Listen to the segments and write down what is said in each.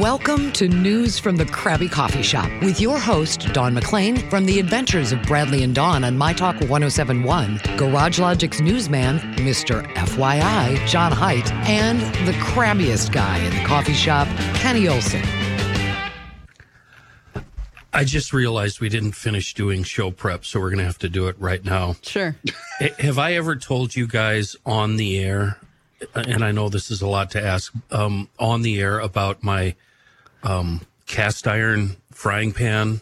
Welcome to News from the Krabby Coffee Shop with your host, Don McClain, from the adventures of Bradley and Don on My Talk 1071, Garage Logic's newsman, Mr. FYI, John Height, and the crabbiest guy in the coffee shop, Kenny Olson. I just realized we didn't finish doing show prep, so we're going to have to do it right now. Sure. H- Have I ever told you guys on the air, uh, and I know this is a lot to ask, um, on the air about my um, cast iron frying pan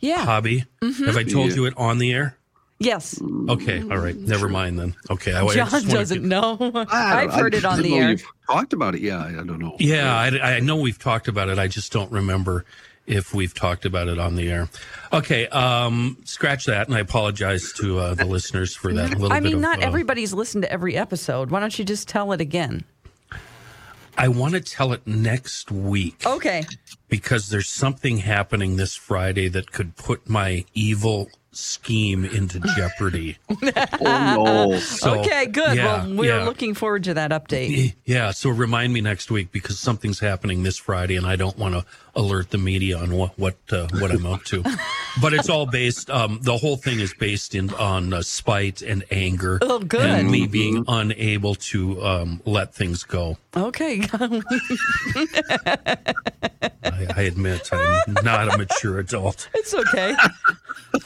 Yeah. Mm-hmm. hobby? Have I told Yeah. you it on the air? yes. Okay, all right, never mind then. Okay, I, I just John wanted to- doesn't know. I I've don't- heard it on I the know air. You've talked about it. Yeah, I I don't know. Yeah, I, I know we've talked about it. I just don't remember if we've talked about it on the air. Okay, um, scratch that, and I apologize to uh, the listeners for that. Little I bit mean, of, not uh, everybody's listened to every episode. Why don't you just tell it again? I want to tell it next week Okay. because there's something happening this Friday that could put my evil scheme into jeopardy. Uh, Oh, no. So, okay, good. yeah, well, we're yeah. looking forward to that update. Yeah, so remind me next week because something's happening this Friday, and I don't want to alert the media on what what uh, what I'm up to. But it's all based. Um, the whole thing is based in on uh, spite and anger. Oh, good. And me being unable to um, let things go. Okay. I, I admit I'm not a mature adult. it's okay.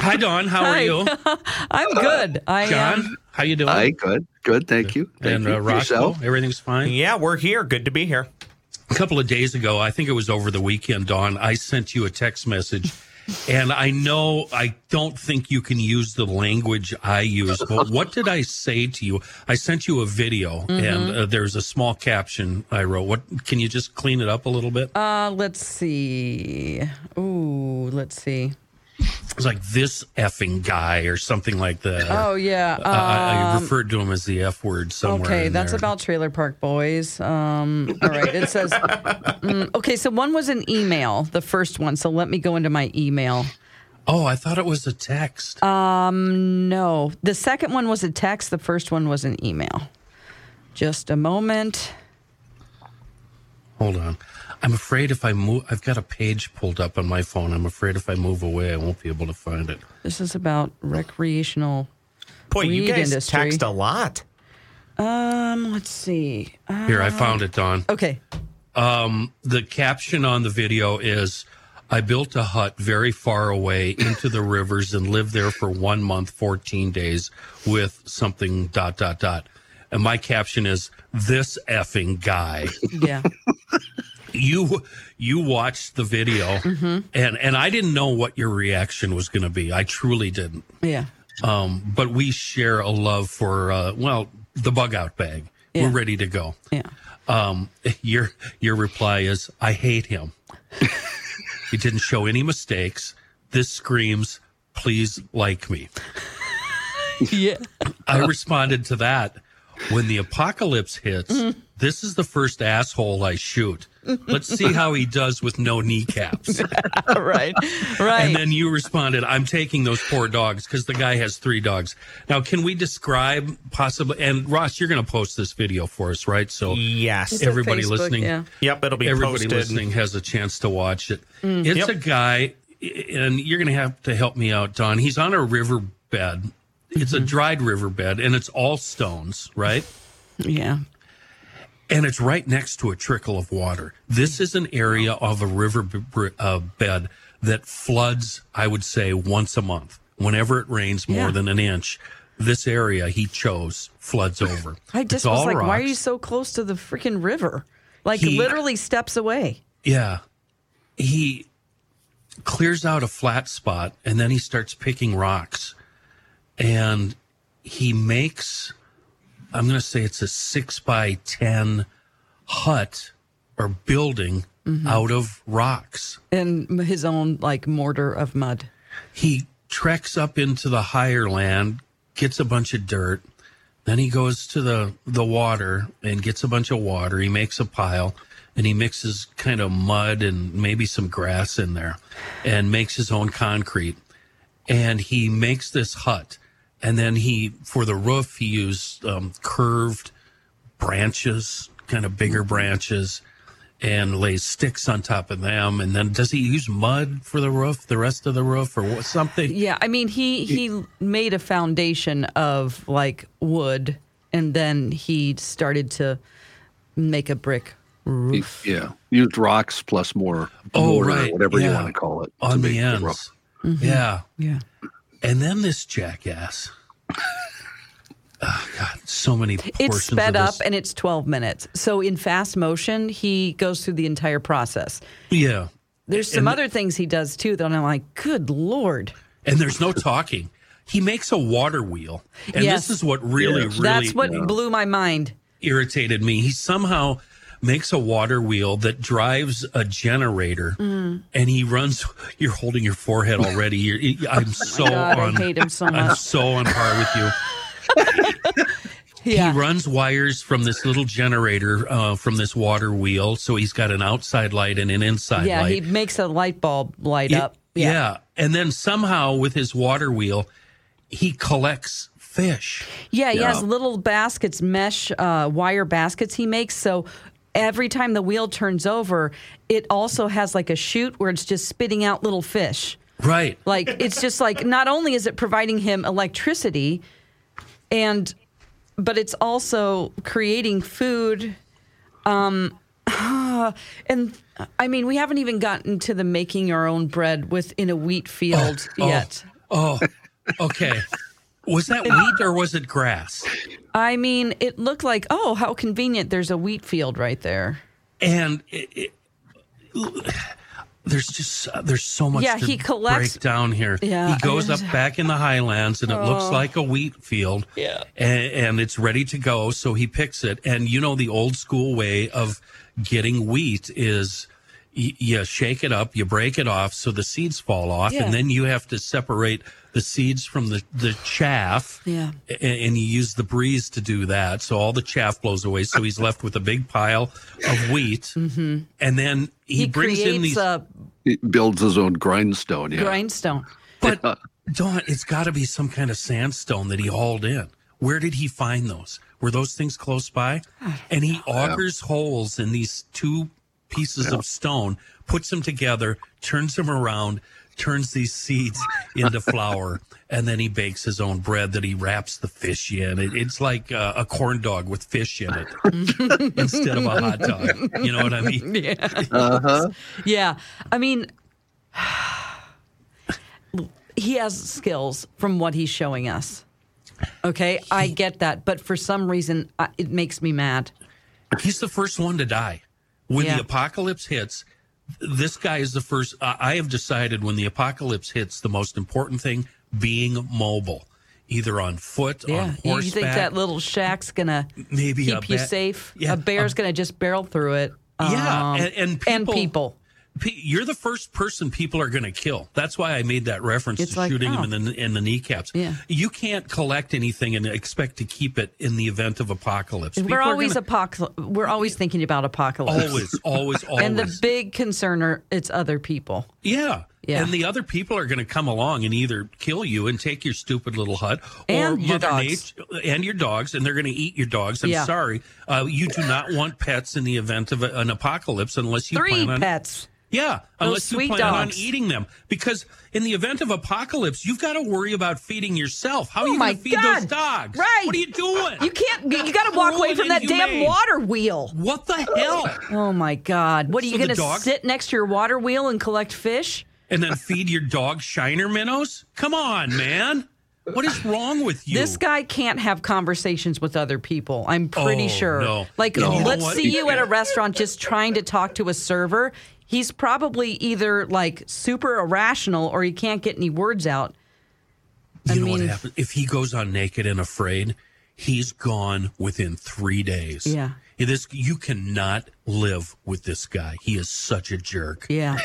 Hi, Don. How are Hi. you, I'm good. I am. John? How you doing? Hi, good. Good. Thank you. Thank and you. uh, Rocco, Yourself? everything's fine. Yeah, we're here. Good to be here. a couple of days ago, I think it was over the weekend, Don, I sent you a text message. And I know I don't think you can use the language I use, but what did I say to you? I sent you a video, Mm-hmm. and uh, there's a small caption I wrote. What can you just clean it up a little bit? Uh, let's see. Ooh, let's see. it was like this effing guy or something like that. Oh yeah. I- Uh, I, I referred to him as the F word somewhere. okay, in that's there. about Trailer Park Boys. Um, all right. It says. Mm, okay, so one was an email, the first one. So let me go into my email. Oh, I thought it was a text. No, the second one was a text. The first one was an email. Just a moment. Hold on. I'm afraid if I move, I've got a page pulled up on my phone. I'm afraid if I move away, I won't be able to find it. This is about recreational. Boy, you Weed guys industry. text a lot. Um, let's see. Uh, Here, I found it, Don. okay. The caption on the video is I built a hut very far away into the rivers and lived there for one month, 14 days with something dot, dot, dot. And my caption is this effing guy. Yeah. you you watched the video and and I didn't know what your reaction was going to be. I truly didn't. Yeah. Um, but we share a love for uh, well, the bug out bag. Yeah. We're ready to go. Yeah. Um, your your reply is, "I hate him." he didn't show any mistakes. This screams, "Please like me." Yeah. I Uh, responded to that. When the apocalypse hits, Mm. this is the first asshole I shoot. Let's see how he does with no kneecaps. right. Right. And then you responded, I'm taking those poor dogs because the guy has three dogs. Now, can we describe possibly? And Ross, you're going to post this video for us, right? So Yes. on everybody Facebook, listening, yeah. Yep, it'll be everybody Mm. posted. listening has a chance to watch it. Mm. It's Yep. a guy, and you're going to have to help me out, Don. He's on a riverbed. It's Mm-hmm. a dried riverbed, and it's all stones, right? yeah. and it's right next to a trickle of water. This is an area of a river b- br- uh, bed that floods, I would say, once a month. Whenever it rains more Yeah. than an inch, this area he chose floods over. I It's just was all like, why are rocks. you so close to the freaking river? Like He- literally steps away. Yeah. He clears out a flat spot and then he starts picking rocks. And he makes, I'm going to say it's a six by 10 hut or building out of rocks. in m- his own like mortar of mud. He treks up into the higher land, gets a bunch of dirt. Then he goes to the, the water and gets a bunch of water. He makes a pile and he mixes kind of mud and maybe some grass in there and makes his own concrete. And he makes this hut. And then he, for the roof, he used um, curved branches, kind of bigger branches, and lays sticks on top of them. And then does he use mud for the roof, the rest of the roof, or what, something? Yeah, I mean he he made a foundation of like wood, and then he started to make a brick He- roof. yeah, used rocks plus more. Oh, mortar, right, Whatever you yeah. want to call it. to on make the the ends. rough. Yeah. Yeah, And then this jackass. oh, God, so many portions it's sped of up this. and it's twelve minutes. So in fast motion, he goes through the entire process. Yeah. There's some other things he does too that I'm like, good lord. And there's no talking. He makes a water wheel. And Yes. this is what really, really That's what blew my mind. irritated me. He somehow makes a water wheel that drives a generator Mm. and he runs you're holding your forehead already you're, i'm so Oh God, I on hate him so i'm much. so on par with you Yeah. He runs wires from this little generator uh, from this water wheel. So he's got an outside light and an inside yeah, light. he makes a light bulb light It- up. yeah. And then somehow with his water wheel, he collects fish. Yeah, he has little baskets, mesh uh, wire baskets he makes. So every time the wheel turns over, it also has like a chute where it's just spitting out little fish. Right. Like it's just like not only is it providing him electricity, and but it's also creating food. Um, and I mean, we haven't even gotten to the making our own bread within a wheat field oh. yet. Oh, okay. Was that wheat or was it grass? I mean, it looked like, oh, how convenient. There's a wheat field right there. And it, it, there's just there's so much Yeah, to he collects- break down here. Yeah, he goes I- up back in the highlands, and it looks like a wheat field. Oh. Yeah. and, and it's ready to go. So he picks it, and you know the old school way of getting wheat is. y- You shake it up, you break it off so the seeds fall off, Yeah. and then you have to separate the seeds from the, the chaff. Yeah. A- and, you use the breeze to do that. So all the chaff blows away. So he's left with a big pile of wheat. mm-hmm. And then he, He, brings creates in these. a He builds his own grindstone. Yeah. grindstone. but Don, it's got to be some kind of sandstone that he hauled in. Where did he find those? Were those things close by? And he augers holes in these two pieces of stone, puts them together, turns them around, turns these seeds into flour, and then he bakes his own bread that he wraps the fish in. It, it's like uh, a corn dog with fish in it instead of a hot dog. You know what I mean? Yeah. I mean, he has skills from what he's showing us. Okay. I get that. But for some reason, I, it makes me mad. he's the first one to die when Yeah. the apocalypse hits this guy is the first I i have decided when the apocalypse hits the most important thing being mobile either on foot on Yeah. You, horseback you think that little shack's going to maybe a keep you bat- safe? yeah, a bear's going to just barrel through it. Yeah, Um, and- and people- P- you're the first person people are going to kill. That's why I made that reference It's to like, shooting oh. him in the in the kneecaps. Yeah. You can't collect anything and expect to keep it in the event of apocalypse. People We're are always gonna- apocalypse. We're always thinking about apocalypse. always always always And the big concern are it's other people. Yeah. Yeah. And the other people are going to come along and either kill you and take your stupid little hut or And your Mother dogs. Nat- and your dogs, and they're going to eat your dogs. I'm Yeah. sorry. Uh, you do not want pets in the event of a, an apocalypse unless you Three plan on. pets. Yeah, unless you sweet plan on dogs. eating them, because in the event of apocalypse, you've got to worry about feeding yourself. How are you Oh my going to feed those God. dogs? Right. What are you doing? You can't. You got to walk away Rude from that damn Uh, inhumane. water wheel. What the hell? Oh my God! What are you So the going to dog- sit next to your water wheel and collect fish? And then feed your dog shiner minnows? Come on, man. What is wrong with you? This guy can't have conversations with other people. I'm pretty Oh, sure. no. Like, No. You know let's what? see you at a restaurant just trying to talk to a server. He's probably either like super irrational or he can't get any words out. You I know what mean- happens if he goes on naked and afraid? He's gone within three days. Yeah. This you cannot live with this guy. He is such a jerk. Yeah.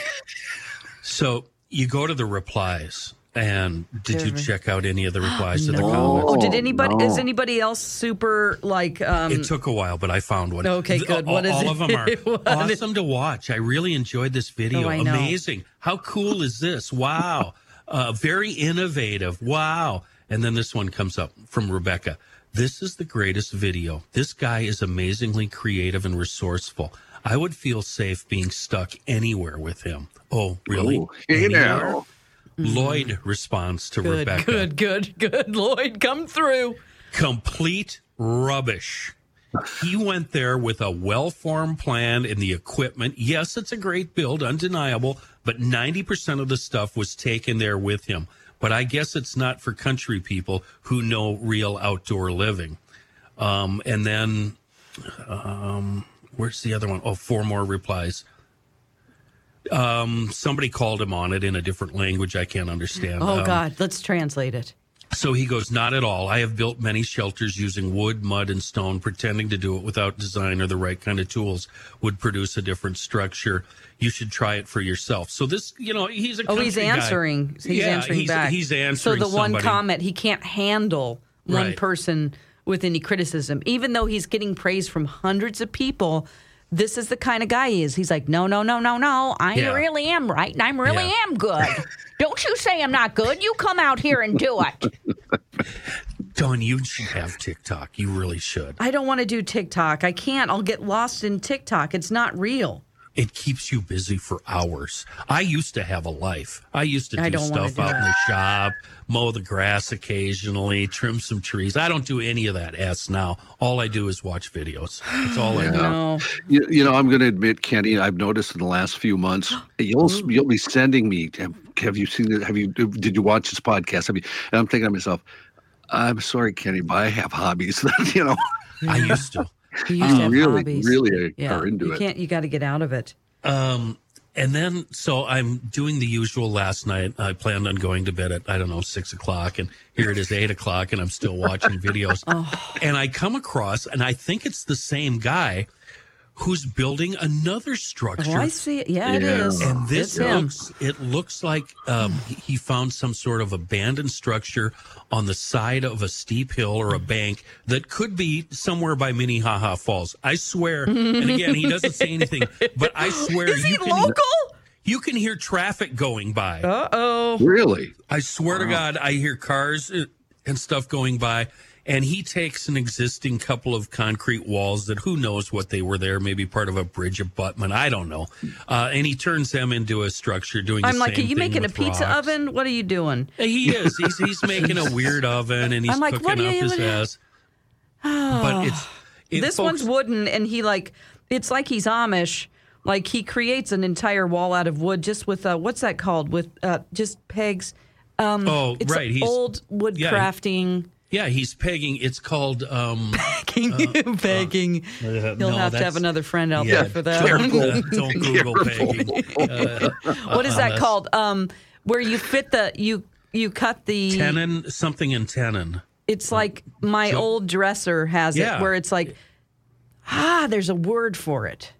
So you go to the replies, and did you check out any of the replies to the Oh, comments? did Oh, anybody? Is no. anybody else super like? um It took a while, but I found one. Okay, Th- good. All, What is all it? of them are What awesome to watch. I really enjoyed this video. Oh, I know. Amazing. How cool is this? Wow. uh, very innovative. Wow. And then this one comes up from Rebecca. This is the greatest video. This guy is amazingly creative and resourceful. I would feel safe being stuck anywhere with him. Oh, really? Ooh, hey Anywhere? now. Lloyd responds to Good, Rebecca. good, good, good. Lloyd, come through. complete rubbish. He went there with a well formed plan and the equipment. Yes, it's a great build, undeniable, but 90% of the stuff was taken there with him. But I guess it's not for country people who know real outdoor living. Um, and then, um, where's the other one? Oh, four more replies. Um, somebody called him on it in a different language I can't understand. Oh Um, God, let's translate it. so he goes, Not at all. I have built many shelters using wood, mud, and stone, pretending to do it without design or the right kind of tools would produce a different structure. You should try it for yourself. So this, you know, he's a Oh, he's country guy. answering. He's yeah, answering he's, back. He's answering. So the one somebody. comment he can't handle one Right. person with any criticism, even though he's getting praise from hundreds of people. This is the kind of guy he is. He's like, no, no, no, no, no. I Yeah. really am right, and I really Yeah. am good. Don't you say I'm not good. You come out here and do it. Don, you should have TikTok. You really should. I don't want to do TikTok. I can't. I'll get lost in TikTok. It's not real. It keeps you busy for hours. I used to have a life. I used to do I don't wanna stuff do out in that. the shop, mow the grass occasionally, trim some trees. I don't do any of that ass now. All I do is watch videos. That's all I do. No. You, you know, I'm going to admit, Kenny, I've noticed in the last few months, you'll you'll be sending me. Have, have you seen it? Have you did you watch this podcast? Have you? And I'm thinking to myself, I'm sorry, Kenny, but I have hobbies. you know, I used to. You used to have Um, really, hobbies. really Yeah. are into you it. can't. You got to get out of it. Um, and then, so I'm doing the usual last night. I planned on going to bed at, I don't know, six o'clock. And here it is, eight o'clock, and I'm still watching videos. Oh. And I come across, and I think it's the same guy who's building another structure. Oh, I see it. Yeah, it Yeah. is. And this it's him. looks, it looks like um, he found some sort of abandoned structure on the side of a steep hill or a bank that could be somewhere by Minnehaha Falls. I swear. And again, he doesn't say anything, but I swear Is he you, local? can, you can hear traffic going by. Uh oh. Really? I swear to God, I hear cars uh, and stuff going by. And he takes an existing couple of concrete walls that who knows what they were there, maybe part of a bridge abutment. I don't know. Uh, and he turns them into a structure doing I'm the like, are same you thing making a with pizza rocks. oven? What are you doing? He is. He's, he's making a weird oven and he's I'm like, cooking what up do you- his what do you- ass. But it's. It, this folks, one's wooden, and he like, it's like he's Amish. Like he creates an entire wall out of wood just with uh, what's that called? With uh, just pegs. Um, Oh, it's right, he's- old wood yeah, he- crafting. Yeah, he's pegging. It's called. um Pegging. pegging. He'll uh, no, have to that's- have another friend out yeah, there for that. Don't, uh, don't Google Careful. pegging. Uh, what is that called? Um, where you fit the you you cut the tenon, something in tenon. It's like my old dresser has Yeah. it, where it's like, ah, there's a word for it.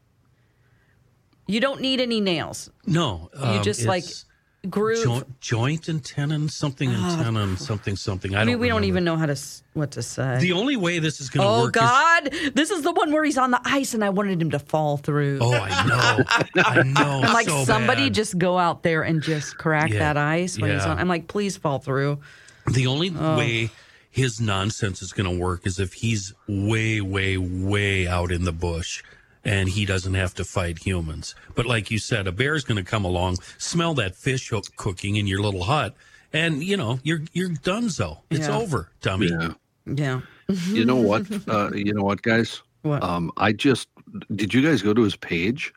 You don't need any nails. No. You um, just like it's- groove. joint, joint and tenon, something and tenon, something, something. I Ah. I don't. mean, we don't remember. even know how to s- what to say. The only way this is going to oh work. God, this is the one where he's on the ice, and I wanted him to fall through. Is, oh, I know. I know. I'm like, so somebody bad. just go out there and just crack Yeah. that ice when he's Yeah. on. I'm like, please fall through. The only Oh. way his nonsense is going to work is if he's way, way, way out in the bush. And he doesn't have to fight humans. But like you said, a bear's going to come along, smell that fish hook cooking in your little hut, and you know you're you're dunzo. It's Yeah. over, dummy. Yeah. Yeah. You know what? Uh, you know what, guys? What? Um, I just did. You guys go to his page.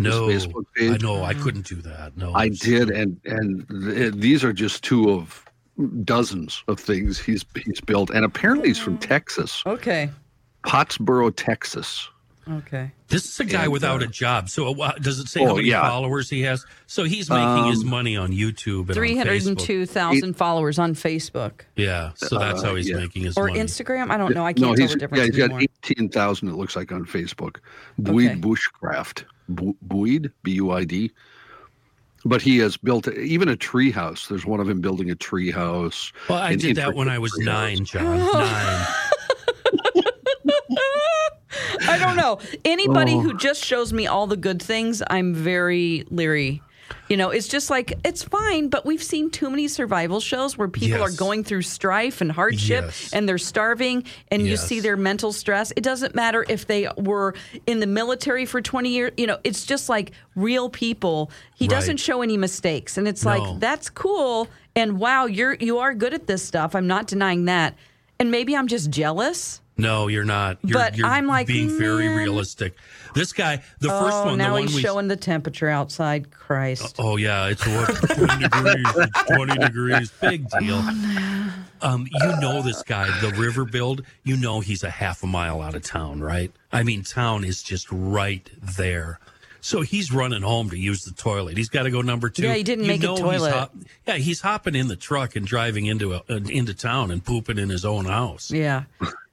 No, Facebook I page? know I couldn't do that. No, I I'm so- did, and and th- these are just two of dozens of things Oh. he's he's built, and apparently he's from Texas, Okay. Pottsboro, Texas. Okay. This is a guy without a job. So uh, does it say how oh, many yeah. Um, followers he has? So he's making his money on YouTube and on Facebook. 302,000 followers on Facebook Yeah, so that's how he's Uh, yeah. making his or money. Instagram. I don't know. I no, can't tell he's the yeah, difference he's got anymore. eighteen thousand. It looks like on Facebook. Buid Okay. Bushcraft, Bu- Buid B U I D. But he has built even a tree house. There's one of him building a tree house. well, I an did that when intricate I was tree house. nine, John. Nine. I don't know. Oh. Anybody who just shows me all the good things, I'm very leery. You know, it's just like it's fine, but we've seen too many survival shows where people Yes. are going through strife and hardship Yes. and they're starving and you see Yes. their mental stress. It doesn't matter if they were in the military for 20 years, you know, it's just like real people. He Right. doesn't show any mistakes and it's No. like that's cool and wow, you're you are good at this stuff. I'm not denying that. And maybe I'm just jealous. No, you're not. You're, But you're I'm like, being very man. realistic. This guy, the first Oh, one, the now one he's we showing the temperature outside. Christ. Oh yeah, it's what, twenty degrees. It's twenty degrees. Big deal. Um, you know this guy, the river build. You know he's a half a mile out of town, right? I mean, town is just right there. So he's running home to use the toilet. He's got to go number two. Yeah, he didn't You make it know he's toilet. hop- yeah, he's hopping in the truck and driving into a, uh, into town and pooping in his own house.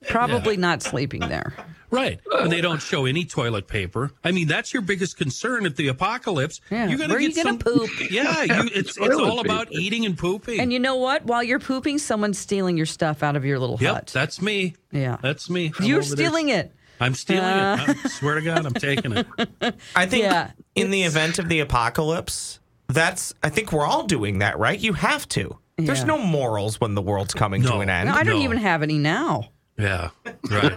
Yeah. Probably not sleeping there. Right. And they don't show any toilet paper. I mean, that's your biggest concern at the apocalypse. Yeah. You're gonna Where are get you gonna some poop? Yeah, you, it's it's Toilet all about paper. eating and pooping. And you know what? While you're pooping, someone's stealing your stuff out of your little yep, hut. that's me. Yeah. that's me. I'm You're over there. stealing it. I'm stealing it. I swear to God, I'm taking it. I think Yeah, in the event of the apocalypse, that's I think we're all doing that, right? You have to. There's Yeah. no morals when the world's coming No. to an end. No, I don't No. even have any now. Yeah, right.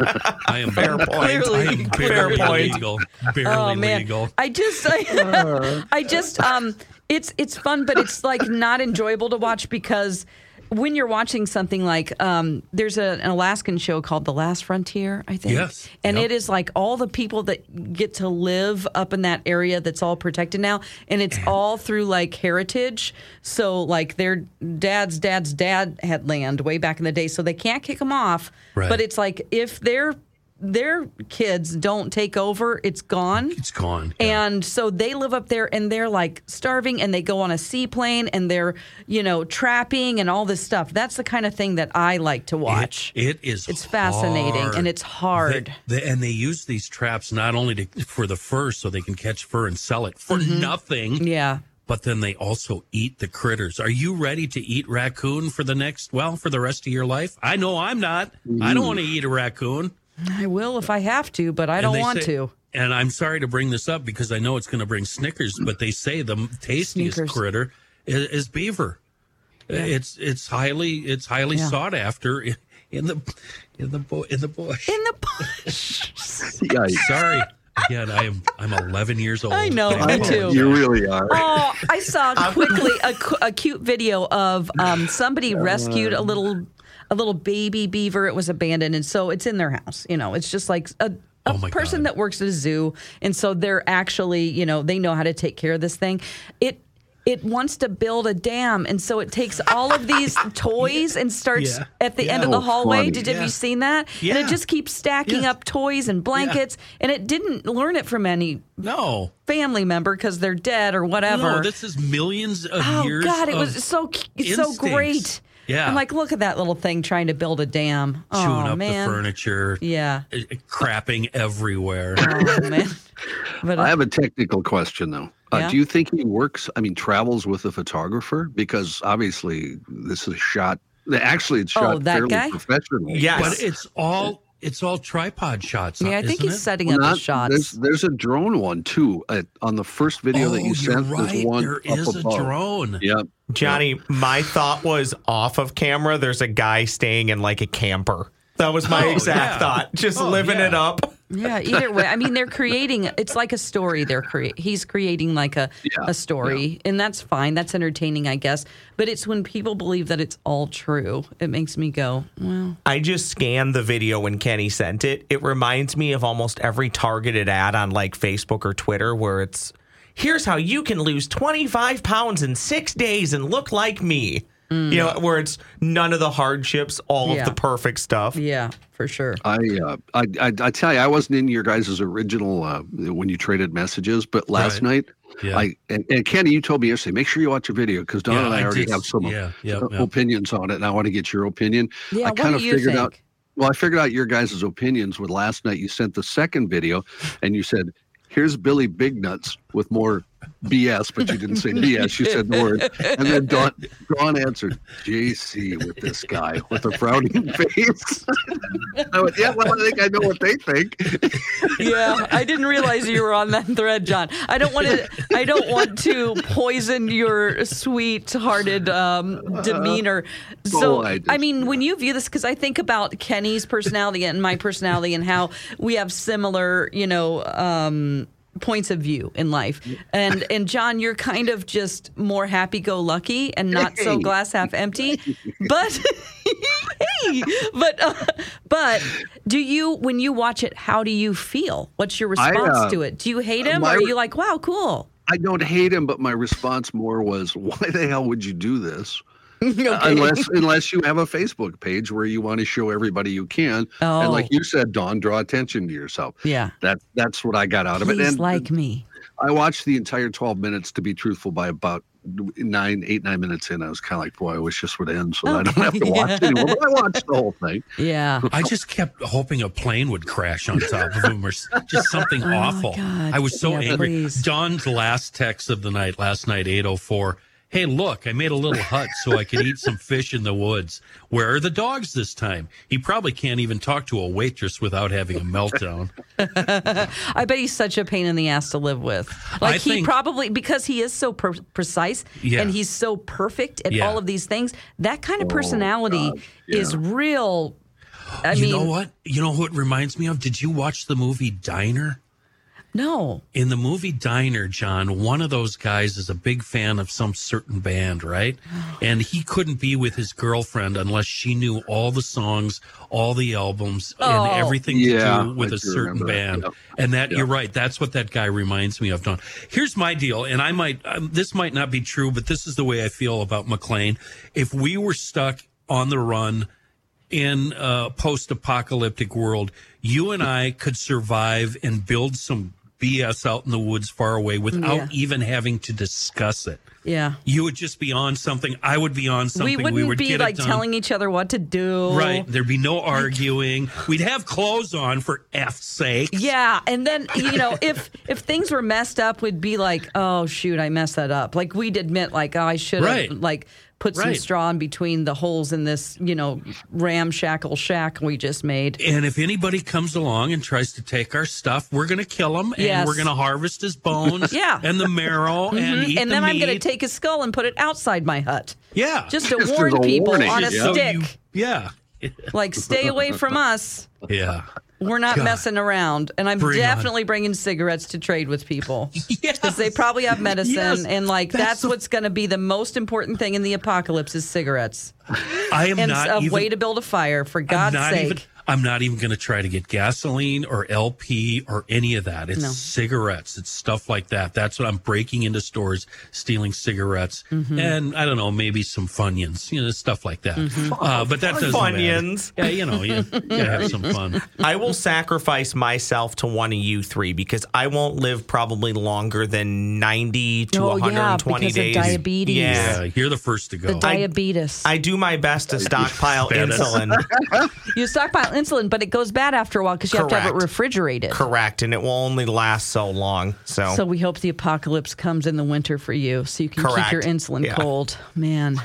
I am Fair point. I Clearly. am Fair barely point. legal. Barely Oh man. legal. I just I, I just um it's it's fun but it's like not enjoyable to watch because when you're watching something like um, there's a, an Alaskan show called The Last Frontier, I think. Yes. And Yep. it is like all the people that get to live up in that area that's all protected now and it's all through like heritage. So like their dad's dad's dad had land way back in the day so they can't kick them off. Right. But it's like if their their kids don't take over, it's gone. It's gone. Yeah. And so they live up there and they're like starving and they go on a seaplane and they're, you know, trapping and all this stuff. That's the kind of thing that I like to watch. It is. It's fascinating hard. and it's hard. They, they- and they use these traps not only to, for the fur, so they can catch fur and sell it for Mm-hmm. nothing. yeah. But then they also eat the critters. Are you ready to eat raccoon for the next, well, for the rest of your life? I know I'm not. I don't want to eat a raccoon. I will if I have to, but I And don't they want say- to. And I'm sorry to bring this up because I know it's going to bring Snickers, but they say the m- tastiest Snickers. critter is, is beaver. It's it's highly it's highly Yeah. sought after in, in the in the bo- in the bush. In the bush. Yeah, Sorry. Again, I am I'm 11 years old. I know, me too. you really are. Oh, I saw Um, quickly a, cu- a cute video of um, Oh, somebody rescued a little a little baby beaver. It was abandoned, and so it's in their house. You know, it's just like a, a Oh my person God. that works at a zoo, and so they're actually you know they know how to take care of this thing. It. It wants to build a dam, and so it takes all of these toys and starts Yeah. at the end Yeah. of the Oh, hallway. funny. Did have Yeah. you seen that? And Yeah. it just keeps stacking Yes. up toys and blankets, and it didn't learn it from any No. family member because they're dead or whatever. No, this is millions of Oh years. God, it of was so cu- it's so instincts. great. Yeah. I'm like, look at that little thing trying to build a dam. chewing oh up man, the furniture, yeah. uh, crapping everywhere. Oh man, but uh, I have a technical question though. Uh, Yeah? Do you think he works? I mean, travels with a photographer because obviously this is shot. Actually, it's shot Oh, that fairly guy? professionally. Yes. But it's all it's all tripod shots. yeah, I think isn't he's it? setting Well, up not- his shots. There's, there's a drone one too uh, on the first video that Oh, you you're sent. There's right. one There up is a above. drone. Yeah, Johnny, my thought was off of camera. There's a guy staying in like a camper. That was my Oh, exact yeah. thought. Just Oh, living yeah. it up. yeah, either way, I mean, they're creating. It's like a story. They're create. He's creating like a Yeah, a story, and that's fine. That's entertaining, I guess. But it's when people believe that it's all true, it makes me go, well, I just scanned the video when Kenny sent it. It reminds me of almost every targeted ad on like Facebook or Twitter where it's here's how you can lose 25 pounds in six days and look like me. You know, where it's none of the hardships, all Mm. Yeah. of the perfect stuff. Yeah, for sure. I, uh, I, I I tell you, I wasn't in your guys' original uh, when you traded messages, but last night, Yeah. I and, and Kenny, you told me yesterday, make sure you watch a video because Don Yeah, and I, I already did. have some uh, Yeah, yeah, some yeah. opinions on it, and I want to get your opinion. Yeah, I what kind do of you figured think? out. Well, I figured out your guys' opinions with last night. You sent the second video, and you said, "Here's Billy Big Nuts with more." BS, but you didn't say BS. You said the word, and then Don, Don answered JC with this guy with a frowning face. I went, yeah, well, I think I know what they think. yeah, I didn't realize you were on that thread, John. I don't want to. I don't want to poison your sweet-hearted um, demeanor. So, Oh, I I, just- mean, when you view this, because I think about Kenny's personality and my personality, and how we have similar, you know. Um, points of view in life and and john you're kind of just more happy-go-lucky and not so Hey. glass half empty but Hey, but uh, but do you when you watch it how do you feel what's your I, uh, response to it do you hate him my- or are you like wow cool I don't hate him, but my response more was, "Why the hell would you do this?" Uh, Unless unless you have a Facebook page where you want to show everybody you can, and Oh. like you said, Don, draw attention to yourself. yeah That that's what I got out of it. he's And like me I watched the entire twelve minutes. To be truthful, by about nine, eight, nine minutes in, I was kind of like, "Boy, I wish this would end, so that I don't have to watch anymore." But I watched the whole thing. yeah I just kept hoping a plane would crash on top of him or s- just something awful. Oh, God. I was so Yeah, angry. please. Don's last text of the night, last night, 804. Hey, look, I made a little hut so I could eat some fish in the woods. Where are the dogs this time? He probably can't even talk to a waitress without having a meltdown. i bet he's such a pain in the ass to live with like I he think- probably because he is so per- precise Yeah. and he's so perfect at Yeah. all of these things that kind of personality is real i you mean know what? You know who it reminds me of? Did you watch the movie Diner? no in the movie Diner, John, one of those guys is a big fan of some certain band, right? And he couldn't be with his girlfriend unless she knew all the songs, all the albums, Oh. and everything Yeah, to do with a I do certain remember that. band. Yep. And that you're right. That's what that guy reminds me of, Don. Here's my deal, and I might um, this might not be true, but this is the way I feel about McLean. If we were stuck on the run in a post-apocalyptic world, you and I could survive and build some BS out in the woods far away without Yeah. even having to discuss it. yeah You would just be on something. I would be on something. we wouldn't would be get it like done. telling each other what to do Right. There'd be no arguing. We'd have clothes on for F's sake. Yeah, and then you know if if things were messed up, we'd be like, oh shoot, I messed that up. Like we'd admit, like oh, I should have Right. like put some Right. straw in between the holes in this you know ramshackle shack we just made. And if anybody comes along and tries to take our stuff, we're going to kill him Yes. and we're going to harvest his bones Yeah. Mm-hmm. and the marrow and eat and the then I'm going to meat. take his skull and put it outside my hut, Yeah. just to Just as warn a people warning, on a yeah. So stick, you- yeah. like stay away from us. Yeah. We're not God. messing around, and I'm Bring on. definitely bringing cigarettes to trade with people. Yes. because they probably have medicine Yes. and like that's, That's the- what's going to be the most important thing in the apocalypse is cigarettes I am and not a even, way to build a fire for I'm god's not sake even- I'm not even going to try to get gasoline or LP or any of that. It's No. cigarettes. It's stuff like that. That's what I'm breaking into stores, stealing cigarettes, Mm-hmm. and I don't know, maybe some funyuns, you know, stuff like that. Mm-hmm. Uh, but that doesn't matter. Funyuns. Yeah, you know, you, you gotta have some fun. I will sacrifice myself to one of you three because I won't live probably longer than 90 to Oh, yeah, 120 because of days. diabetes. Yeah. Yeah, you're the first to go. diabetes I do my best to stockpile Status. insulin, you stockpile insulin but it goes bad after a while because you have to have it Correct. refrigerated correct, and it will only last so long. So, so we hope the apocalypse comes in the winter for you so you can keep Correct. your insulin Yeah. cold man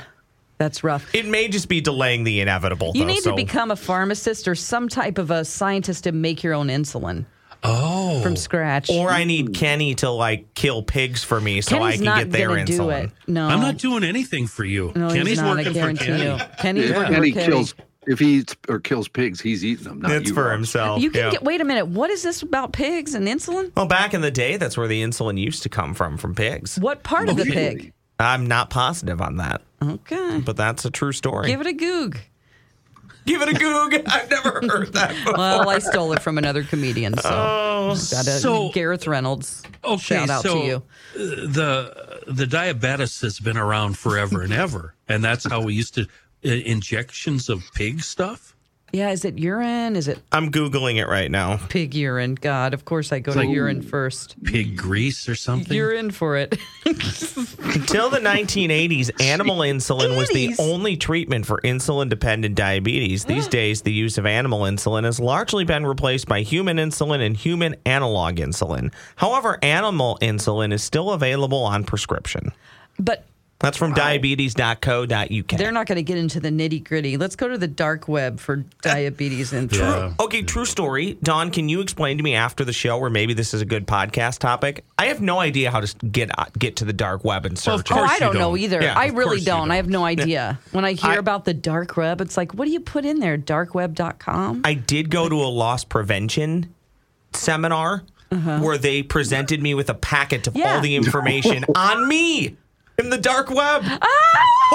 that's rough it may just be delaying the inevitable. you though, need so- to become a pharmacist or some type of a scientist to make your own insulin oh, from scratch Or I need Kenny to like kill pigs for me so I Kenny's can not get their gonna insulin. do it. No, I'm not doing anything for you. Oh. No, Kenny's he's not. I working for guarantee Kenny. you. Kenny's If working Kenny for Kenny. kills if he eats or kills pigs, he's eating them. Not It's you, for Rob. himself. You can yeah. get. Wait a minute. What is this about pigs and insulin? well, back in the day, that's where the insulin used to come from, from pigs. What part of the pig? I'm not positive on that, Okay, but that's a true story. give it a goog. Give it a goog. I've never heard that before. Well, I stole it from another comedian, so Oh, Gotta- So- Gareth Reynolds. Okay, shout out so uh, to you. the the diabetes has been around forever and ever, and that's how we used to uh, injections of pig stuff. Yeah, is it urine? Is it I'm Googling it right now. pig urine? God, of course I go to urine first. Mm. pig grease or something. You're in for it. Until the 1980s, animal insulin was the 80s. only treatment for insulin dependent diabetes. These days, the use of animal insulin has largely been replaced by human insulin and human analog insulin. However, animal insulin is still available on prescription. but That's from diabetes.co.uk. they're not going to get into the nitty gritty. Let's go to the dark web for diabetes and Yeah. Okay, true story. Don, can you explain to me after the show, or maybe this is a good podcast topic? I have no idea how to get uh, get to the dark web and Well, of search. it. Oh, course I you don't know don't. either. Yeah, I of really course you don't. don't. I have no idea. When I hear I- about the dark web, it's like, what do you put in there? Darkweb.com? I did go to a loss prevention seminar where they presented me with a packet of Uh-huh. Yeah. all the information on me in the dark web. Ah!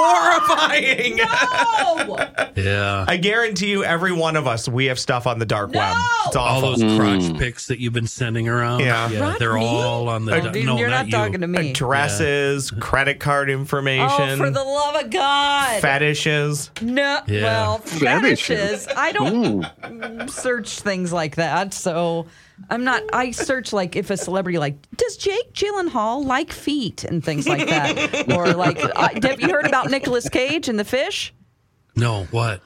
Horrifying. oh! yeah. I guarantee you, every one of us, we have stuff on the dark web. It's all awful. those crotch pics that you've been sending around. Mm. Yeah. Not they're me? all on the. Oh, dude, no, you're not, you. talking to me. Addresses, credit card Oh, information, for the love of God. fetishes. no, Yeah. well, Fetishes. fetishes. I don't search things like that. So I'm not, I search like if a celebrity, like, does Jake Gyllenhaal like feet and things like that? or like, I, have you heard about Nicolas Cage and the fish? No, what?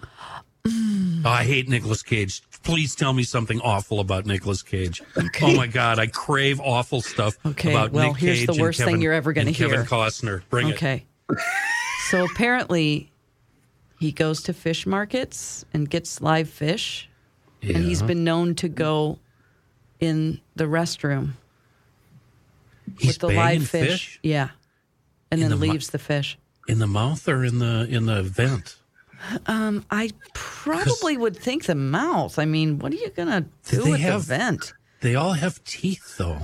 Mm. Oh, I hate Nicolas Cage. Please tell me something awful about Nicolas Cage. Oh my God, I crave awful stuff Okay, about well, Nick Cage here's the and worst thing Kevin, you're ever gonna and hear. Kevin Costner, bring it. Okay. so apparently, he goes to fish markets and gets live fish, and he's been known to go in the restroom He's with the banging live fish. Yeah, and then the mu- leaves the fish. in the mouth or in the in the vent. I probably would think the mouth. I mean, what are you gonna do they with have- the vent? They all have teeth though.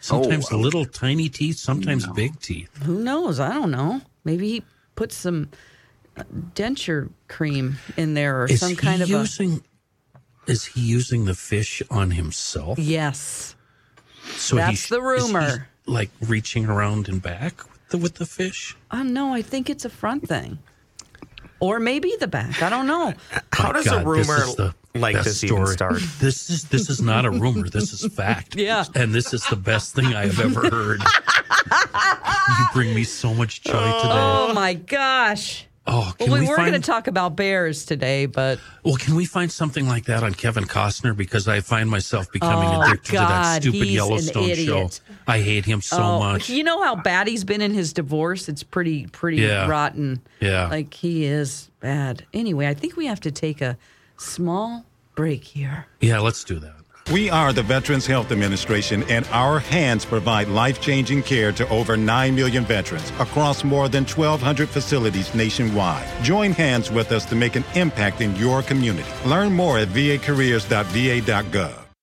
Sometimes Oh, little tiny teeth, sometimes big teeth. Who knows? I don't know. Maybe he put some uh, denture cream in there or Is some he kind of a using? Is he using the fish on himself? yes. So That's he's- the is he rumor. like reaching around and back with the, with the fish. Oh no, I think it's a front thing. Or maybe the back. I don't know. How does a God, this rumor is the like best this even story. start? This is this is not a rumor. This is fact. Yeah. and this is the best thing I have ever heard. you bring me so much joy today. Oh my gosh. Oh, can Well, we, we, were find? going to talk about bears today, but well, can we find something like that on Kevin Costner? Because I find myself becoming Oh, addicted to God, that stupid he's an Yellowstone show. idiot. I hate him so oh, much. you know how bad he's been in his divorce. It's pretty, pretty Yeah. rotten. Yeah. like he is bad. Anyway, I think we have to take a small break here. yeah, let's do that. We are the Veterans Health Administration, and our hands provide life changing care to over 9 million veterans across more than 1,200 facilities nationwide. Join hands with us to make an impact in your community. Learn more at vacareers.va.gov.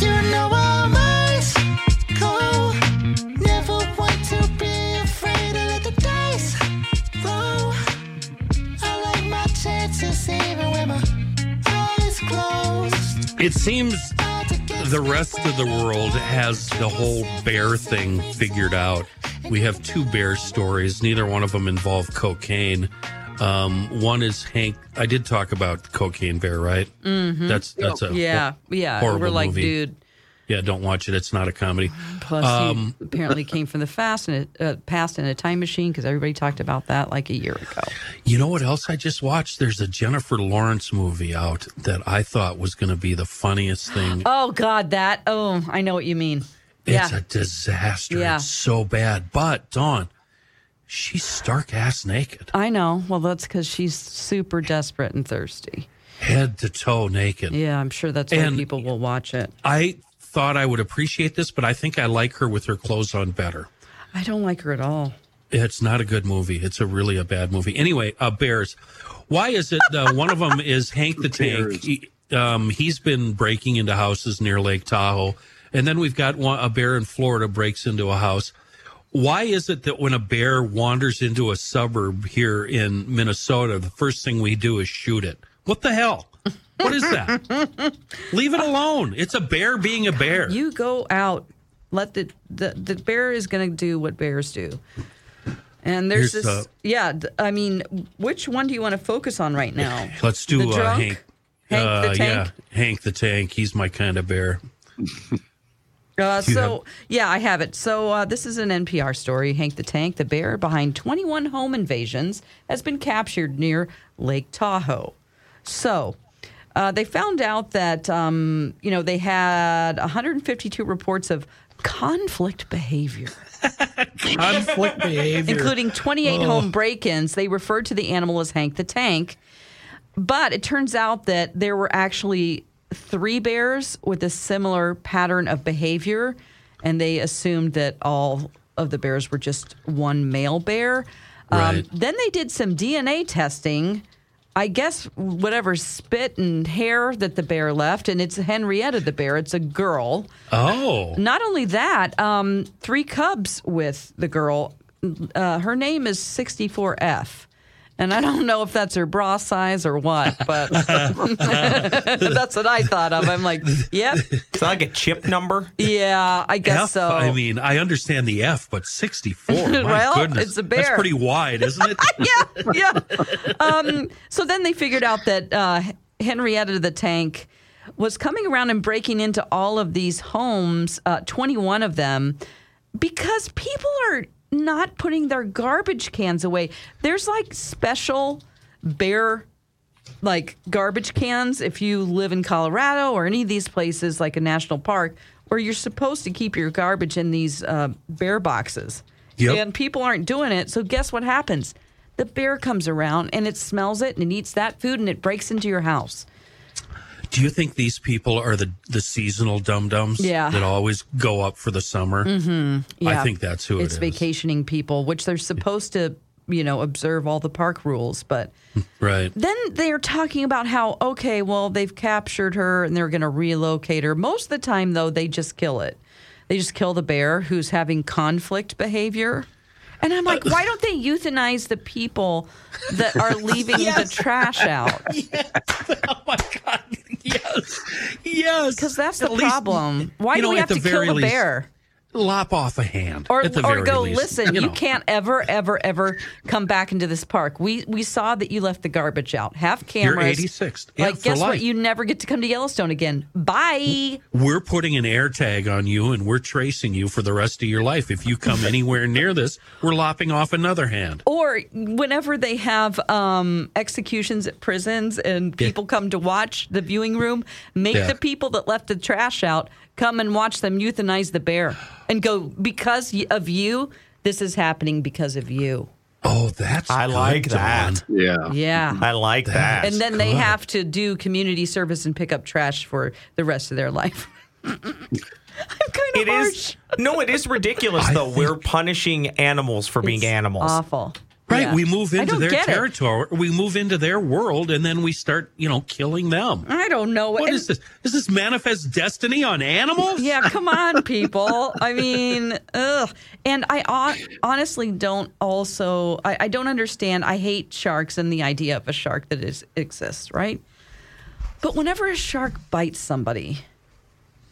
You know I must go. Never want to be afraid to let the dice roll. I like my chances even when my eyes closed. It seems the rest of the world has the whole bear thing figured out. We have two bear stories. Neither one of them involve cocaine. Um, one is Hank. I did talk about Cocaine Bear, right? Mm-hmm. That's that's a Yeah, yeah. horrible We're like, movie. dude. yeah. Don't watch it. It's not a comedy. Plus, Um, you apparently came from the fast and a, uh, past in a time machine because everybody talked about that like a year ago. You know what else I just watched? There's a Jennifer Lawrence movie out that I thought was going to be the funniest thing. Oh God, that. Oh, I know what you mean. It's yeah. a disaster. Yeah. It's so bad. But Dawn, she's stark ass naked, I know. Well, that's because she's super desperate and thirsty. head to toe naked. Yeah, I'm sure that's why And- people will watch it. I thought I would appreciate this, but I think I like her with her clothes on better. I don't like her at all. It's not a good movie. It's a really a bad movie. Anyway, uh, Bears. Why is it uh, one of them is Hank the Tank? He, um, he's been breaking into houses near Lake Tahoe, and then we've got one, a bear in Florida breaks into a house. Why is it that when a bear wanders into a suburb here in Minnesota, the first thing we do is shoot it? What the hell? What is that? Leave it alone. It's a bear being a bear. You go out. Let the the, the bear is going to do what bears do. And there's Here's this. the- yeah, th- I mean, which one do you want to focus on right now? Let's do the drunk, uh, Hank. Hank the Uh, tank. Yeah, Hank the Tank. He's my kind of bear. Uh, you so, yeah, I have it. So, uh, this is an NPR story. Hank the Tank, the bear behind 21 home invasions, has been captured near Lake Tahoe. So, uh, they found out that, um, you know, they had 152 reports of conflict behavior, conflict behavior. Oh. including 28 home break ins. They referred to the animal as Hank the Tank. But it turns out that there were actually three bears with a similar pattern of behavior, and they assumed that all of the bears were just one male bear. Um, Right. then they did some DNA testing. I guess whatever spit and hair that the bear left, and it's Henrietta the bear. It's a girl. oh, Not only that, um, three cubs with the girl. Uh, her name is 64F. And I don't know if that's her bra size or what, but that's what I thought of. I'm like, yep, It's like a chip number. yeah, I guess F, so. I mean, I understand the F, but 64. My Well, goodness. it's a That's bear. pretty wide, isn't it? yeah, yeah. Um, so then they figured out that uh, Henrietta the Tank was coming around and breaking into all of these homes, uh, 21 of them, because people are not putting their garbage cans away. There's like special bear like garbage cans if you live in Colorado or any of these places like a national park where you're supposed to keep your garbage in these uh, bear boxes. Yep. And people aren't doing it. So guess what happens? The bear comes around and it smells it and it eats that food and it breaks into your house. Do you think these people are the, the seasonal dum dums Yeah. Mm-hmm. that always go up for the summer? I Yeah. think that's who it it's is. vacationing people, which they're supposed to, you know, observe all the park rules, but Right. then they're talking about how okay well they've captured her and they're going to relocate her most of the time though they just kill it they just kill the bear who's having conflict behavior and i'm like why don't they euthanize the people that are leaving the trash out Oh my God. Yes. Yes. because that's the At least problem why you do know, we at have the to kill very the least- bear Lop off a hand. or, at the or very go least, listen you, know. can't ever ever ever come back into this park we we saw that you left the garbage out have You're cameras 86th. Yeah, like for guess what life. you never get to come to yellowstone again bye we're putting an air tag on you and we're tracing you for the rest of your life. If you come anywhere near this, we're lopping off another hand. or whenever they have um, executions at prisons and people come to watch the viewing room, make Yeah. the people that left the trash out come and watch them euthanize the bear and go, because y- of you, this is happening because of you. Oh, that's I good, like Dawn. that. Yeah. Yeah. I like that. and then they have to do community service and pick up trash for the rest of their life. I'm kind of it harsh. is no, it is ridiculous though. We're punishing animals for being It's animals. Awful. Right, Yeah. we move I into don't their get it. territory. We move into their world, and then we start, you know, killing them. I don't know What and- is this? Is this manifest destiny on animals? Yeah, come on, people. I mean, ugh. And I hon- honestly don't also, I, I don't understand. I hate sharks and the idea of a shark that is, exists, right? But whenever a shark bites somebody,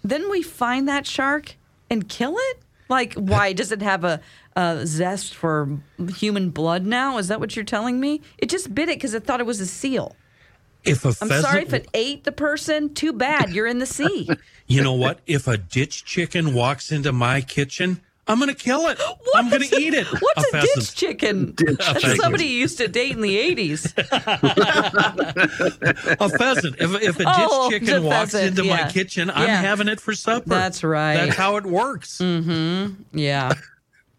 then we find that shark and kill it? Like, why does it have a, a zest for human blood now? Is that what you're telling me? It just bit it because it thought it was a seal. If a I'm pheasant, sorry if it ate the person. Too bad. You're in the sea. you know what? If a ditch chicken walks into my kitchen, I'm going to kill it. I'm going What's a- to eat it. What's a, pheasant. ditch chicken? Ditch That's chicken. somebody you used to date in the 80s. A pheasant. If, if a ditch Oh, the chicken walks pheasant, into yeah. my kitchen, I'm Yeah. having it for supper. That's right. That's how it works. Yeah.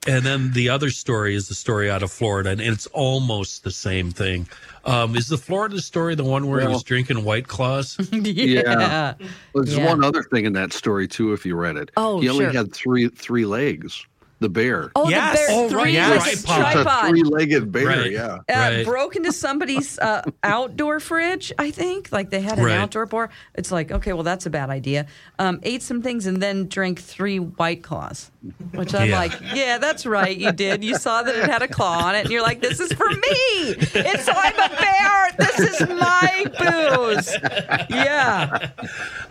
And then the other story is the story out of Florida, and it's almost the same thing. Um, is the Florida story the one where he Well- was drinking White Claws? yeah. Well, There's Yeah. one other thing in that story too, if you read it. Oh, he only sure. had three three legs. The bear. Oh, Yes. the bear, Oh, three right, with a yes. Tripod. tripod. Three-legged bear. Right. Yeah. uh, Right. broke into somebody's uh, outdoor fridge. I think like they had an Right. outdoor bar. It's like okay, well that's a bad idea. Um, ate some things and then drank three white claws, which I'm Yeah. like, yeah, that's right, you did. You saw that it had a claw on it, and you're like, this is for me. It's I'm a bear. This is my booze. Yeah.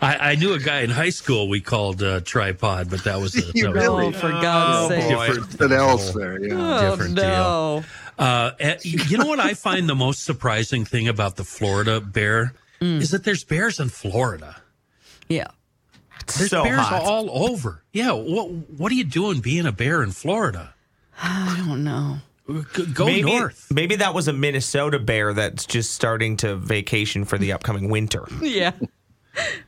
I, I knew a guy in high school we called uh, Tripod, but that was a, You that was really? Oh, for God's Oh, sake. boy. Something else there. Yeah. Oh Different deal. no. Uh, and you you know what I find the most surprising thing about the Florida bear is that there's bears in Florida. Yeah. There's so bears hot. all over. Yeah. What What are you doing being a bear in Florida? I don't know. G- Go maybe, north. maybe that was a Minnesota bear that's just starting to vacation for the upcoming winter. yeah.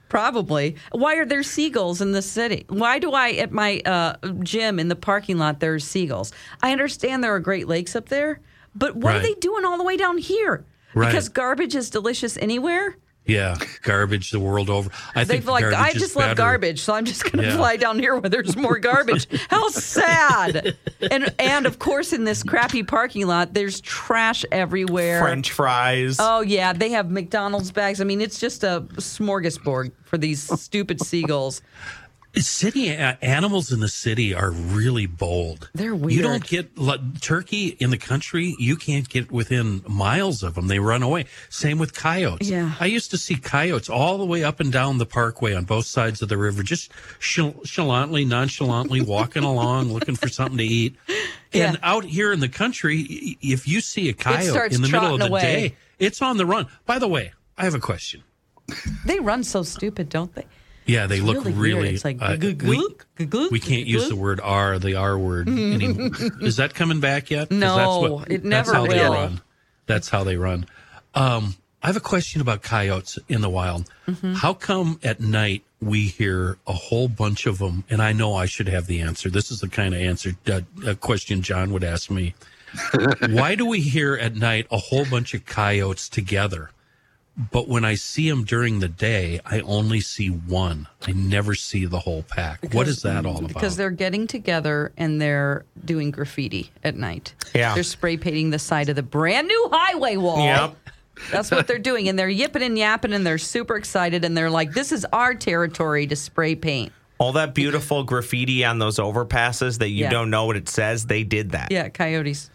Probably. Why are there seagulls in the city? Why do I at my uh, gym in the parking lot there's seagulls? I understand there are Great Lakes up there, but what are Right. they doing all the way down here? Right. Because garbage is delicious anywhere. Yeah, garbage the world over. I think They've like garbage I is just love better. garbage, so I'm just going to Yeah. fly down here where there's more garbage. How sad! And and of course in this crappy parking lot there's trash everywhere. French fries. Oh yeah, they have McDonald's bags. I mean, it's just a smorgasbord for these stupid seagulls. City a- animals in the city are really bold. They're You don't weird. get like, turkey in the country. You can't get within miles of them. They run away. Same with coyotes. Yeah. I used to see coyotes all the way up and down the parkway on both sides of the river, just chal- nonchalantly, nonchalantly walking along, looking for something to eat. And Yeah. out here in the country, y- if you see a coyote starts in the middle trotting of the away. day, it's on the run. By the way, I have a question. They run so stupid, don't they? Yeah, they look weird. really. It's like uh, glug, we- glug, glug, glug, We can't use the glug. word R, the R word anymore. Is that coming back yet? 'Cause Mm-hmm. No, it that's never how They will. run. That's how they run. Um, I have a question about coyotes in the wild. Mm-hmm. How come at night we hear a whole bunch of them? And I know I should have the answer. This is the kind of answer uh, a question John would ask me. Why do we hear at night a whole bunch of coyotes together? But when I see them during the day, I only see one. I never see the whole pack. what is that all about? Because they're getting together and they're doing graffiti at night. Yeah. They're spray painting the side of the brand new highway wall. Yep. That's what they're doing. And they're yipping and yapping and they're super excited and they're like, this is our territory to spray paint. All that beautiful graffiti on those overpasses that you Yeah. don't know what it says, they did that. Yeah, coyotes.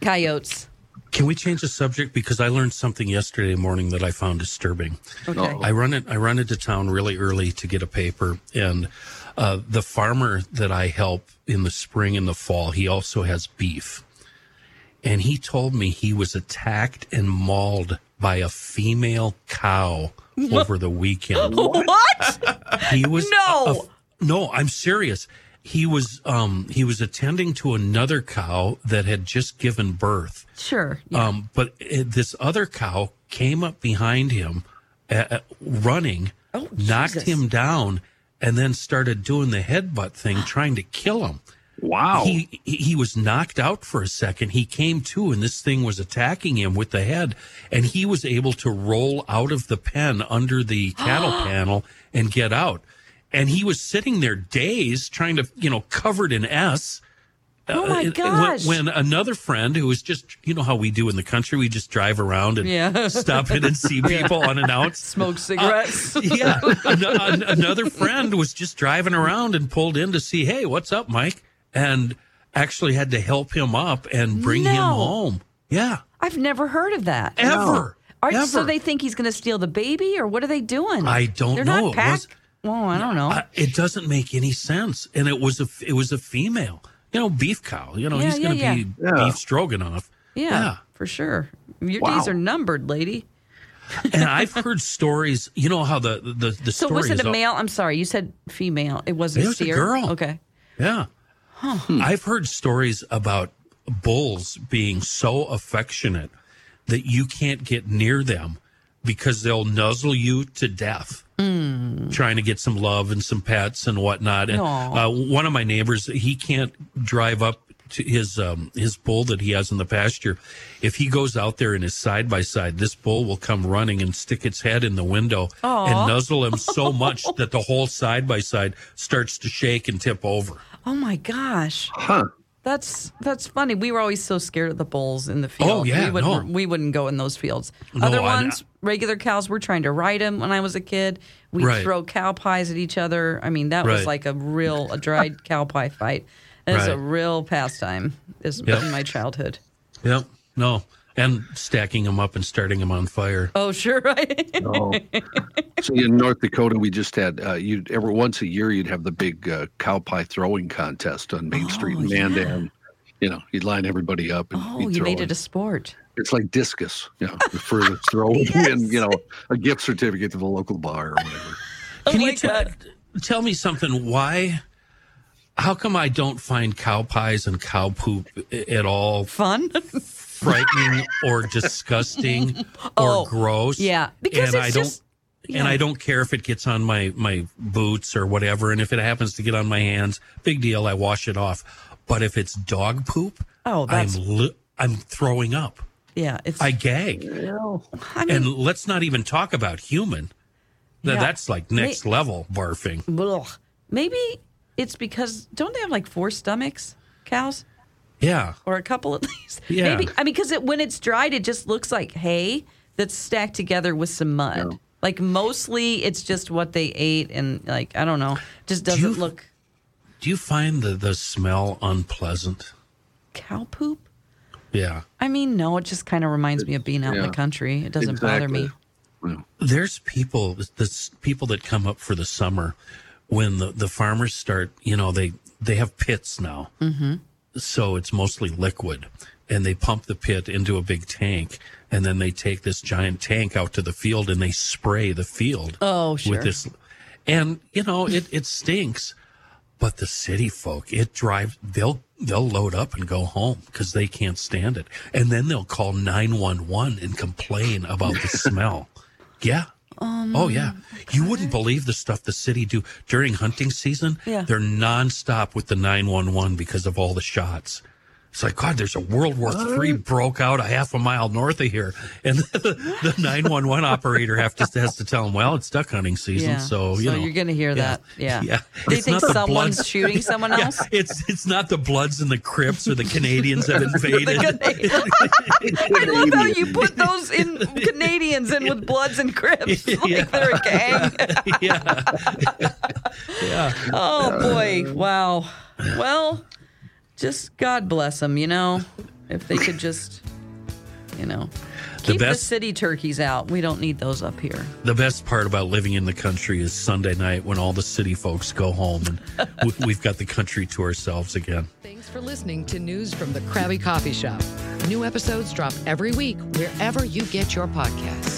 coyotes. Can we change the subject? Because I learned something yesterday morning that I found disturbing. Okay. I run it. I run into town really early to get a paper, and uh, the farmer that I help in the spring and the fall, he also has beef, and he told me he was attacked and mauled by a female cow over the weekend. What? He was No. a- no, I'm serious. He was um he was attending to another cow that had just given birth. sure. Yeah. Um, but uh, this other cow came up behind him, uh, uh, running, knocked Oh, Jesus. him down, and then started doing the headbutt thing, trying to kill him. Wow. He he- he was knocked out for a second. He came to, and this thing was attacking him with the head, and he was able to roll out of the pen under the cattle panel and get out. And he was sitting there dazed, trying to you know covered in s. Oh Uh, my it- it- when- gosh. When, another friend who was just you know how we do in the country, we just drive around and Yeah. stop in and see people unannounced. Smoke cigarettes. Yeah, An- an- another friend was just driving around and pulled in to see, hey, what's up, Mike? And actually had to help him up and bring him No. home. Yeah, I've never heard of that. ever. Are, so Never. they think he's going to steal the baby, or what are they doing? I don't They're know. Not It was- packed. Well, I don't know. Uh, it doesn't make any sense. And it was a f- it was a female, you know, beef cow. You know, Yeah, he's going to yeah, be beef stroganoff. yeah, for sure. Your days are numbered, lady. and I've heard stories. You know how the the the So story was it is a all- male? I'm sorry, you said female. It wasn't It was a steer? girl. Okay. Yeah. I've heard stories about bulls being so affectionate that you can't get near them because they'll nuzzle you to death trying to get some love and some pets and whatnot. And uh, one of my neighbors, he can't drive up to his um, his bull that he has in the pasture. If he goes out there in his side by side, this bull will come running and stick its head in the window and nuzzle him so much that the whole side by side starts to shake and tip over. Oh my gosh. Huh. That's that's funny. We were always so scared of the bulls in the field. Oh, yeah, we would no. we wouldn't go in those fields. No, Other I- ones, regular cows. We're trying to ride them. When I was a kid, we would Right. throw cow pies at each other. I mean, that was Right. like a real a dried cow pie fight. It's a Right. real pastime. Is Yep. in my childhood. Yep. No. And stacking them up and starting them on fire. Oh sure, right. Oh. so in North Dakota, we just had uh, you every once a year you'd have the big uh, cow pie throwing contest on Oh, Main Street in Mandan. You know, you'd line everybody up and Oh, you'd you throw made in. it a sport. it's like discus, you know, the furthest throw and you know a gift certificate to the local bar or whatever. Oh Can you tell tell me something? Why? How come I don't find cow pies and cow poop i- at all Fun. frightening or disgusting or Oh, gross? yeah, because and it's I just- don't and I don't care if it gets on my my boots or whatever, and if it happens to get on my hands, big deal. I wash it off. But if it's dog poop, Oh, that's- I'm li- I'm throwing up. Yeah, it's. I gag. I mean, and let's not even talk about human. Th- Yeah. That's like next May- level barfing. Ugh. Maybe it's because don't they have like four stomachs, cows, Yeah. or a couple at least? Yeah. Maybe I mean because it, when it's dried, it just looks like hay that's stacked together with some mud. Like mostly, it's just what they ate, and like I don't know, just doesn't you- look Do you find the, the smell unpleasant? cow poop. Yeah. I mean, no, it just kind of reminds me of being out in Yeah. the country. It doesn't bother me. There's people this people that come up for the summer when the, the farmers start, you know, they they have pits now. Mm-hmm. So it's mostly liquid and they pump the pit into a big tank and then they take this giant tank out to the field and they spray the field. Oh, sure. with this and you know it it stinks but the city folk it drives they'll they'll load up and go home because they can't stand it and then they'll call 911 and complain about the smell yeah Um, oh yeah you wouldn't believe the stuff the city do during hunting season Yeah. they're nonstop with the 911 because of all the shots it's like god there's a world war III broke out a half a mile north of here and the, 911 operator have to, has to tell them well it's duck hunting season Yeah. so you know are gonna hear that. Yeah. yeah. They It's think not the someone's Bloods- shooting someone Yeah, else. it's it's not the Bloods and the Crips or the Canadians have invaded. I love how you put those in Canadians in with Bloods and Crips like they're a gang. yeah, Oh boy, wow. Well, just God bless them, you know. If they could just, you know, keep the, best- city turkeys out. We don't need those up here. the best part about living in the country is Sunday night when all the city folks go home and we, we've got the country to ourselves again. Thanks for listening to News from the Krabby Coffee Shop. New episodes drop every week wherever you get your podcasts.